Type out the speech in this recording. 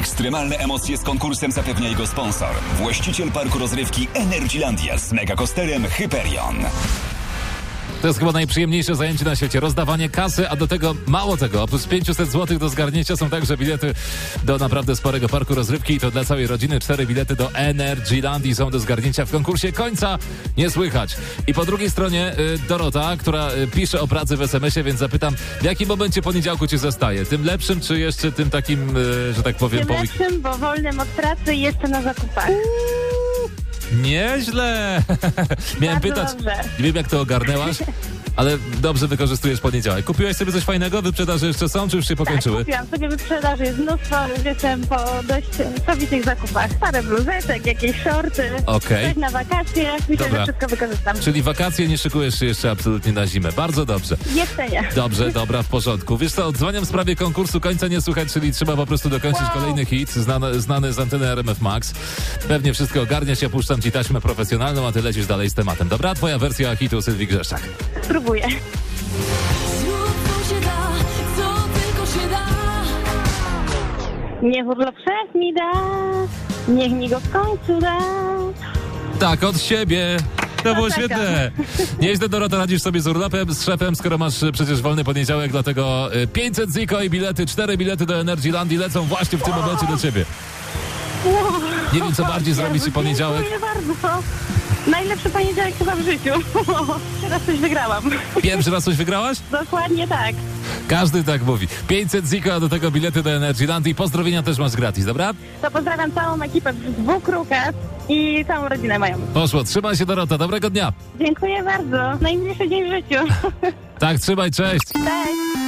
Ekstremalne emocje z konkursem zapewnia jego sponsor. Właściciel parku rozrywki Energylandia z megakosterem Hyperion. To jest chyba najprzyjemniejsze zajęcie na świecie. Rozdawanie kasy, a do tego mało tego. Oprócz 500 zł do zgarnięcia są także bilety do naprawdę sporego parku rozrywki i to dla całej rodziny. Cztery bilety do Energylandii są do zgarnięcia w konkursie końca. Nie słychać. I po drugiej stronie y, Dorota, która y, pisze o pracy w SMS-ie, więc zapytam, w jakim momencie poniedziałku ci zostaje? Tym lepszym, czy jeszcze tym takim, y, że tak powiem, Tym po week- lepszym, bo wolnym od pracy i jeszcze na zakupach. Nieźle! Miałem Bardzo pytać. dobrze. Nie wiem, jak to ogarnęłaś, ale dobrze wykorzystujesz poniedziałek. Kupiłaś sobie coś fajnego? Wyprzedaże jeszcze są, czy już się Tak, pokończyły? kupiłam sobie wyprzedaż, jest mnóstwo, jestem po dość sowitych zakupach. Parę bluzeczek, jakieś shorty, Okej. coś na wakacje. Myślę, Dobra. że wszystko wykorzystam. Czyli wakacje nie szykujesz się jeszcze absolutnie na zimę. Bardzo dobrze. Jeszcze nie. Dobrze, dobra, w porządku. Wiesz co, odzwaniam w sprawie konkursu Końca Nie Słychać, czyli trzeba po prostu dokończyć Wow. kolejny hit znany, znany z anteny RMF Max. Pewnie wszystko ogarniasz, ja puszczam ci taśmę profesjonalną, a ty lecisz dalej z tematem. Dobra, twoja wersja hitu Sylwii Grzeszczak. Spróbuję. Zrób co się da, co tylko się da. Niech urlop szef mi da, niech mi go w końcu da. Tak, od siebie. To było Dlatego. świetne. Nieźle, Dorota, radzisz sobie z urlopem, z szefem, skoro masz y, przecież wolny poniedziałek, dlatego y, 500 ziko i bilety, 4 bilety do Energy Landii lecą właśnie w tym momencie do ciebie. Nie wiem, co bardziej zrobić ci poniedziałek. Dziękuję bardzo. Najlepszy poniedziałek chyba w życiu. Teraz coś wygrałam. Pierwszy raz coś wygrałaś? Dokładnie tak. Każdy tak mówi. 500 ziko, a do tego bilety do Energy Landii. Pozdrowienia też masz gratis, dobra? To pozdrawiam całą ekipę z dwóch rukas i całą rodzinę moją. Poszło, trzymaj się, Dorota, dobrego dnia. Dziękuję bardzo. Najmniejszy dzień w życiu. Tak, trzymaj, cześć. Cześć.